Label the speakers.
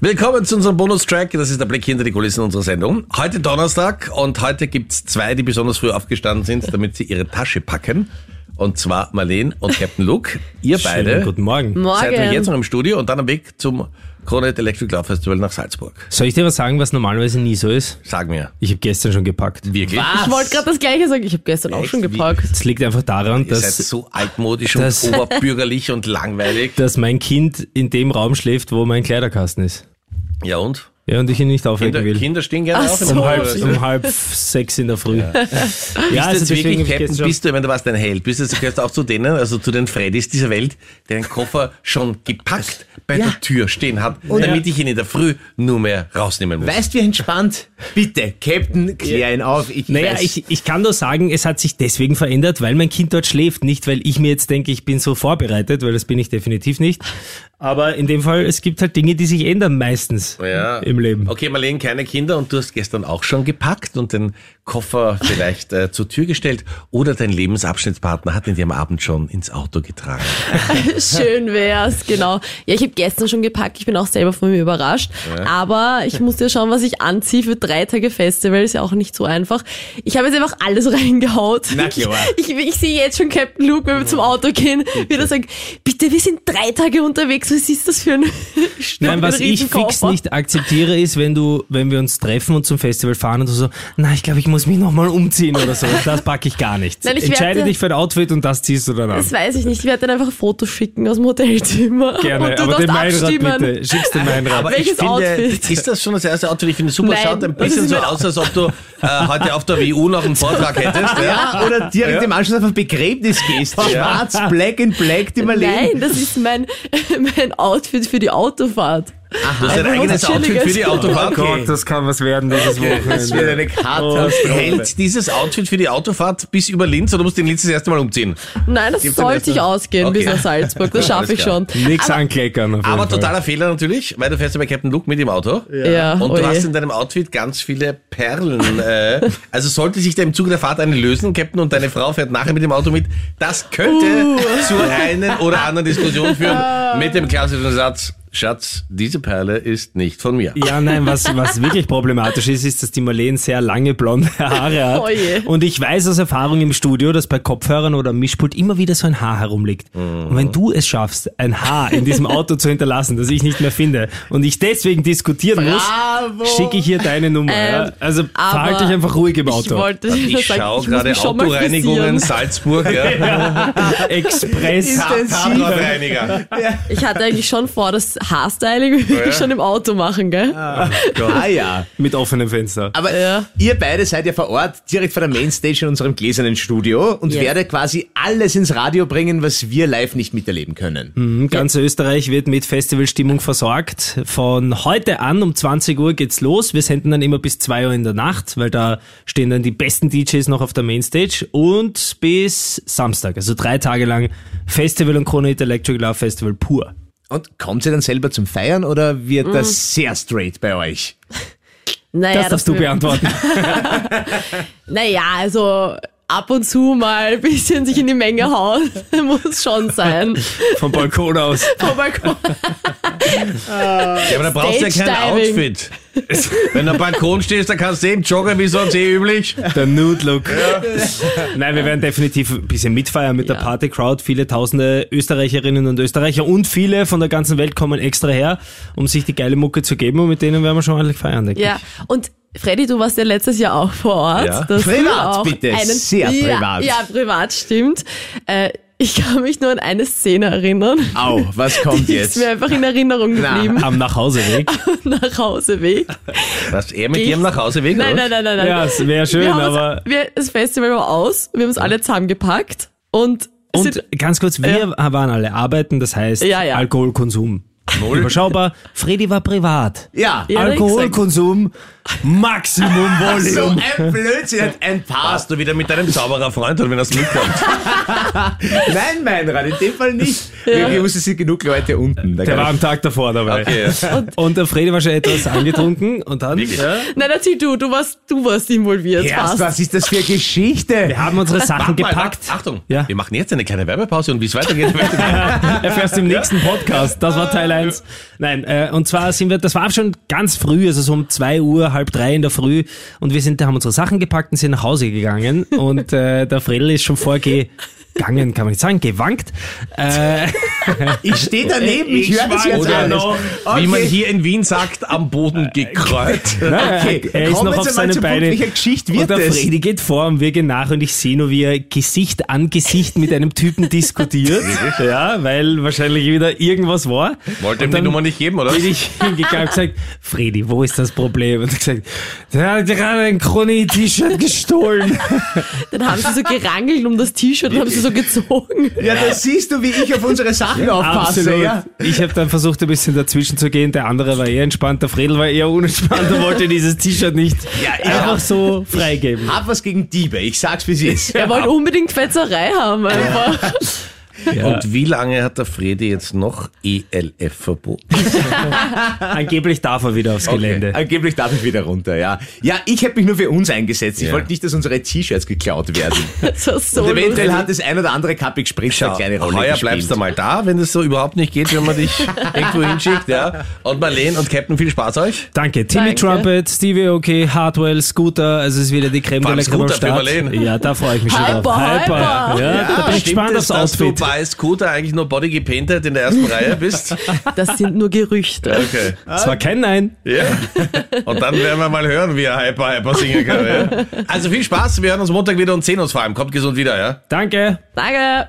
Speaker 1: Willkommen zu unserem Bonustrack. Das ist der Blick hinter die Kulissen unserer Sendung. Heute Donnerstag und heute gibt's zwei, die besonders früh aufgestanden sind, damit sie ihre Tasche packen. Und zwar Marleen und Captain Luke. Ihr
Speaker 2: Schönen
Speaker 1: beide
Speaker 2: guten Morgen.
Speaker 3: Morgen.
Speaker 1: seid ihr jetzt noch im Studio und dann am Weg zum Kronet Electric Love Festival nach Salzburg.
Speaker 2: Soll ich dir was sagen, was normalerweise nie so ist?
Speaker 1: Sag mir.
Speaker 2: Ich habe gestern schon gepackt.
Speaker 1: Wirklich?
Speaker 3: Ich wollte gerade das Gleiche sagen. Ich habe gestern auch
Speaker 1: Echt?
Speaker 3: schon geparkt.
Speaker 2: Das liegt einfach daran,
Speaker 1: Ihr seid
Speaker 2: dass,
Speaker 1: so altmodisch und
Speaker 2: das-
Speaker 1: oberbürgerlich und langweilig.
Speaker 2: dass mein Kind in dem Raum schläft, wo mein Kleiderkasten ist.
Speaker 1: Ja und?
Speaker 2: Ja, und ich ihn nicht aufwecken
Speaker 1: Kinder,
Speaker 2: will.
Speaker 1: Kinder stehen gerne
Speaker 3: Ach
Speaker 1: auf. in
Speaker 3: so.
Speaker 1: der
Speaker 2: um,
Speaker 1: Früh,
Speaker 2: halb,
Speaker 1: weißt du?
Speaker 2: um halb sechs in der Früh. Ja, also
Speaker 1: Bist du jetzt wirklich
Speaker 2: hab ich
Speaker 1: Captain,
Speaker 2: gestern-
Speaker 1: bist du, Also ich meine, du warst ein Held, bist du, du gehörst auch zu denen, also zu den Freddys dieser Welt, deren Koffer schon gepackt bei der Tür stehen hat, damit ich ihn in der Früh nur mehr rausnehmen muss.
Speaker 4: Weißt wie entspannt? Bitte, Captain, klär ihn auf. Ich
Speaker 2: Naja,
Speaker 4: weiß.
Speaker 2: ich, ich kann nur sagen, es hat sich deswegen verändert, weil mein Kind dort schläft. Nicht, weil ich mir jetzt denke, ich bin so vorbereitet, weil das bin ich definitiv nicht. Aber in dem Fall, es gibt halt Dinge, die sich ändern meistens
Speaker 1: Ja.
Speaker 2: im Leben.
Speaker 1: Okay, Marlene, keine Kinder und du hast gestern auch schon gepackt und den Koffer vielleicht äh, zur Tür gestellt oder dein Lebensabschnittspartner hat ihn dir am Abend schon ins Auto getragen.
Speaker 3: Schön wär's, genau. Ja, ich habe gestern schon gepackt. Ich bin auch selber von mir überrascht. Aber ich muss ja schauen, was ich anziehe für drei Tage Festival. Ist ja auch nicht so einfach. Ich habe jetzt einfach alles reingehaut.
Speaker 4: Na klar.
Speaker 3: Ich, ich, ich sehe jetzt schon Captain Luke, wenn wir zum Auto gehen, wieder sagt, bitte, wir sind drei Tage unterwegs. Was ist das für ein
Speaker 2: Nein, was ich fix
Speaker 3: Riesenkoffer?
Speaker 2: nicht akzeptiere, ist, wenn du, wenn wir uns treffen und zum Festival fahren und du so, na, ich glaube, ich muss mich nochmal umziehen oder so. Das packe ich gar nicht.
Speaker 3: Nein, ich
Speaker 2: Entscheide
Speaker 3: werde-
Speaker 2: dich für ein Outfit und das ziehst du dann an.
Speaker 3: Das weiß ich nicht. Ich werde dann einfach Fotos schicken aus dem Hotelzimmer.
Speaker 2: Gerne,
Speaker 3: und du
Speaker 2: aber
Speaker 3: darfst
Speaker 2: den Meinrad
Speaker 3: abstimmen.
Speaker 2: bitte. Schickst den Meinrad.
Speaker 1: Aber
Speaker 3: Welches
Speaker 1: ich finde,
Speaker 3: Outfit?
Speaker 1: ist das schon das erste Outfit? Ich finde super,
Speaker 3: Nein,
Speaker 1: schaut ein
Speaker 3: das
Speaker 1: bisschen
Speaker 3: ist
Speaker 1: so
Speaker 3: mir-
Speaker 1: aus, als ob du äh, heute auf der WU noch einen Vortrag hättest. Ja?
Speaker 4: Oder direkt
Speaker 1: Ja.
Speaker 4: im Anschluss auf ein Begräbnis gehst. Schwarz, black in black, die Marlene.
Speaker 3: Nein, das ist mein, mein Outfit für die Autofahrt.
Speaker 1: Du hast dein
Speaker 3: Einfach
Speaker 1: eigenes
Speaker 3: was
Speaker 1: Outfit für die
Speaker 3: Chilliges.
Speaker 1: Autofahrt.
Speaker 4: Okay.
Speaker 2: Oh
Speaker 4: Oh,
Speaker 2: das kann was werden dieses
Speaker 4: Das wird eine Katastrophe.
Speaker 1: Hält dieses Outfit für die Autofahrt bis über Linz oder musst du in Linz das erste Mal umziehen?
Speaker 3: Nein, das
Speaker 1: Gibt's denn
Speaker 3: sollte
Speaker 1: das
Speaker 3: ich
Speaker 1: noch?
Speaker 3: ausgehen bis
Speaker 1: Okay.
Speaker 3: nach Salzburg. Das schaffe
Speaker 1: Alles
Speaker 3: ich
Speaker 1: klar. Hm,
Speaker 3: schon.
Speaker 2: Nix ankleckern. Auf jeden
Speaker 1: Aber
Speaker 2: Fall.
Speaker 1: totaler Fehler natürlich, weil du fährst ja bei Captain Luke mit im Auto.
Speaker 3: Ja,
Speaker 1: Und
Speaker 3: oh
Speaker 1: du
Speaker 3: je.
Speaker 1: hast in deinem Outfit ganz viele Perlen. äh, also sollte sich da im Zuge der Fahrt eine lösen, Captain, und deine Frau fährt nachher mit dem Auto mit. Das könnte
Speaker 3: Uh.
Speaker 1: zu einen oder anderen Diskussion führen mit dem klassischen Satz, Schatz, diese Perle ist nicht von mir.
Speaker 2: Ja, nein, was, was wirklich problematisch ist, ist, dass die Marleen sehr lange blonde Haare hat.
Speaker 3: Oh je.
Speaker 2: Und ich weiß aus Erfahrung im Studio, dass bei Kopfhörern oder am Mischpult immer wieder so ein Haar herumliegt. Und wenn du es schaffst, ein Haar in diesem Auto zu hinterlassen, das ich nicht mehr finde, und ich deswegen diskutieren
Speaker 4: Bravo.
Speaker 2: muss, schicke ich hier deine Nummer.
Speaker 3: Ähm,
Speaker 2: ja? Also
Speaker 3: aber
Speaker 2: verhalte dich einfach ruhig im
Speaker 3: Ich
Speaker 2: Auto.
Speaker 3: wollte
Speaker 1: Also Ich
Speaker 3: sagen,
Speaker 1: schaue
Speaker 3: ich muss
Speaker 1: gerade
Speaker 3: mich schon mal
Speaker 1: Autoreinigungen
Speaker 3: frisieren.
Speaker 1: Salzburg. Ja.
Speaker 2: Express.
Speaker 1: Tatortreiniger.
Speaker 3: Ich hatte eigentlich schon vor, das
Speaker 1: Oh
Speaker 3: Haarstyling würde ich schon im Auto machen, gell?
Speaker 4: Ah ja.
Speaker 2: Mit offenem Fenster.
Speaker 4: Aber
Speaker 3: Ja.
Speaker 4: ihr beide seid ja vor Ort, direkt vor der Mainstage in unserem gläsernen Studio und
Speaker 3: Ja.
Speaker 4: werdet quasi alles ins Radio bringen, was wir live nicht miterleben können.
Speaker 2: Ganz Österreich wird mit Festivalstimmung versorgt. Von heute an um 20 Uhr geht's los. Wir senden dann immer bis 2 Uhr in der Nacht, weil da stehen dann die besten DJs noch auf der Mainstage. Und bis Samstag, also drei Tage lang Festival und Krone Hit Electric Love Festival pur.
Speaker 4: Und kommt ihr dann selber zum Feiern oder wird das sehr straight bei euch?
Speaker 3: Naja,
Speaker 2: das darfst du
Speaker 3: wird-
Speaker 2: beantworten.
Speaker 3: Naja, also ab und zu mal ein bisschen sich in die Menge hauen. muss schon sein. Oh
Speaker 2: Vom Balkon aus.
Speaker 3: Vom Balkon.
Speaker 1: Ja, aber da brauchst du ja kein
Speaker 3: Stage-Diving.
Speaker 1: Outfit. Wenn du am Balkon stehst, dann kannst du eben joggen, wie sonst eh üblich.
Speaker 2: Der Nude Look. Nein, wir werden definitiv ein bisschen mitfeiern mit der
Speaker 3: Ja.
Speaker 2: Party Crowd. Viele tausende Österreicherinnen und Österreicher und viele von der ganzen Welt kommen extra her, um sich die geile Mucke zu geben und mit denen werden wir schon ordentlich feiern, denke
Speaker 3: Ja,
Speaker 2: ich.
Speaker 3: und Freddy, du warst ja letztes Jahr auch vor Ort.
Speaker 1: Ja.
Speaker 3: dass du
Speaker 4: Privat,
Speaker 3: auch
Speaker 4: bitte, sehr
Speaker 3: ja,
Speaker 4: privat.
Speaker 3: Ja, privat, stimmt. Äh, ich kann mich nur an eine Szene erinnern.
Speaker 4: Au, was Ah, kommt
Speaker 3: Die ist
Speaker 4: jetzt?
Speaker 3: mir einfach in Erinnerung
Speaker 4: Na.
Speaker 3: geblieben.
Speaker 2: Am Nachhauseweg.
Speaker 3: Nach Hauseweg.
Speaker 1: Was, er mit
Speaker 3: Ich-
Speaker 1: dir am Nachhauseweg?
Speaker 3: Nein,
Speaker 1: oder was?
Speaker 3: nein, nein, nein. nein.
Speaker 2: Ja, es wäre schön,
Speaker 3: wir haben
Speaker 2: aber.
Speaker 3: Uns, wir, das Festival war aus, wir haben uns alle zusammengepackt und,
Speaker 2: Und
Speaker 3: sind,
Speaker 2: ganz kurz, wir waren alle arbeiten, das heißt
Speaker 3: Ja, ja.
Speaker 2: Alkoholkonsum.
Speaker 1: Null.
Speaker 2: Überschaubar. Freddy war privat.
Speaker 4: Ja.
Speaker 3: Ja.
Speaker 2: Alkoholkonsum, Maximum
Speaker 4: So
Speaker 2: Volume.
Speaker 4: ein Blödsinn hat ein Paar.
Speaker 1: Warst du wieder mit deinem Zaubererfreund und wenn das mitkommt?
Speaker 4: Nein, Meinrad, in dem Fall nicht. Wir wussten, es sind genug Leute unten. Da
Speaker 2: Der
Speaker 4: kann
Speaker 2: war am Tag davor dabei.
Speaker 1: Okay.
Speaker 2: Und der Freddy war schon etwas angetrunken und dann.
Speaker 1: Wirklich?
Speaker 2: Ja,
Speaker 3: nein, erzähl du, du warst, du warst involviert,
Speaker 4: ich- Erst,
Speaker 3: fast.
Speaker 4: was ist das für eine Geschichte?
Speaker 2: Wir haben unsere Sachen
Speaker 1: Warte mal,
Speaker 2: gepackt.
Speaker 1: warte, Achtung,
Speaker 2: Ja.
Speaker 1: wir machen jetzt eine kleine Werbepause und wie es weitergeht.
Speaker 2: Äh, Erfährst du im nächsten Podcast. Das war Teil Airlines. Nein, äh, und zwar sind wir, das war schon ganz früh, also so um zwei Uhr, halb drei in der Früh. Und wir sind, da haben unsere Sachen gepackt und sind nach Hause gegangen. Und äh, der Fredel ist schon vorgegangen, kann man nicht sagen, gewankt. Äh,
Speaker 4: Ich stehe daneben, ich, höre das jetzt
Speaker 1: Oder
Speaker 4: alles.
Speaker 1: wie man
Speaker 4: Okay.
Speaker 1: hier in Wien sagt, am
Speaker 2: Äh,
Speaker 1: Boden gekrönt.
Speaker 4: Okay,
Speaker 2: er ist
Speaker 4: kommen
Speaker 2: noch
Speaker 4: wir
Speaker 2: auf
Speaker 4: jetzt einmal
Speaker 2: seinen
Speaker 4: zum Punkt,
Speaker 2: Beinen.
Speaker 4: welcher Geschichte
Speaker 2: Und
Speaker 4: wird
Speaker 2: der
Speaker 4: es?
Speaker 2: Fredi geht vor und wir gehen nach und ich sehe nur, wie er Gesicht an Gesicht mit einem Typen diskutiert. ja, weil wahrscheinlich wieder irgendwas war.
Speaker 1: Wollte ihm
Speaker 2: Und
Speaker 1: die
Speaker 2: dann
Speaker 1: Nummer nicht geben, oder?
Speaker 2: bin ich hingegangen und gesagt, Fredi, wo ist das Problem? Und er hat gesagt, der hat gerade ein Kroni-T-Shirt gestohlen.
Speaker 3: Dann haben sie so gerangelt um das T-Shirt und haben sie so gezogen.
Speaker 4: Ja, da siehst du, wie ich auf unsere Sachen aufpasse. Ja.
Speaker 2: Ich habe dann versucht, ein bisschen dazwischen zu gehen. Der andere war eher entspannt, der Fredel war eher unentspannt und wollte dieses T-Shirt nicht
Speaker 4: Ja, ja.
Speaker 2: einfach so freigeben.
Speaker 4: Hab was gegen Diebe, ich sag's wie es ist.
Speaker 3: Er wollte unbedingt Fetzerei haben einfach.
Speaker 1: Und wie lange hat der Fredi jetzt noch E ELF-Verbot?
Speaker 2: Angeblich darf er wieder aufs Gelände.
Speaker 4: Angeblich darf ich wieder runter, ja. Ja, ich hätte mich nur für uns eingesetzt. Ich
Speaker 1: Ja.
Speaker 4: wollte nicht, dass unsere T-Shirts geklaut werden.
Speaker 3: Das war so
Speaker 4: Und eventuell
Speaker 3: lustig.
Speaker 4: hat das ein oder andere Kappig Spritz eine
Speaker 1: Schau,
Speaker 4: kleine Rolle
Speaker 1: heuer
Speaker 4: gespielt.
Speaker 1: bleibst du mal da, wenn es so überhaupt nicht geht, wenn man dich irgendwo hinschickt, ja. Und Marlene und Captain, viel Spaß euch.
Speaker 2: Danke. Timmy
Speaker 3: Danke.
Speaker 2: Trumpet, Stevie OK, Hardwell, Scooter, also es ist wieder die Creme
Speaker 1: Vor
Speaker 2: de
Speaker 1: allem
Speaker 2: la Creme am
Speaker 1: Scooter,
Speaker 2: Start.
Speaker 1: Pimmerlein.
Speaker 2: Ja, da freue ich mich schon
Speaker 3: Hyper,
Speaker 2: drauf.
Speaker 3: hyper.
Speaker 2: Ja, da bin ich
Speaker 1: Stimmt
Speaker 2: gespannt
Speaker 1: es,
Speaker 2: aufs
Speaker 1: dass
Speaker 2: Outfit.
Speaker 1: du bei Scooter eigentlich nur Body gepainted in der ersten Reihe bist?
Speaker 3: Das sind nur Gerüchte.
Speaker 1: Okay.
Speaker 2: Das war kein Nein.
Speaker 1: Ja. Und dann werden wir mal hören, wie er Hyper Hyper singen kann. Ja? Also viel Spaß, wir hören uns Montag wieder und sehen uns vor allem. Kommt gesund wieder, ja?
Speaker 2: Danke.
Speaker 3: Danke.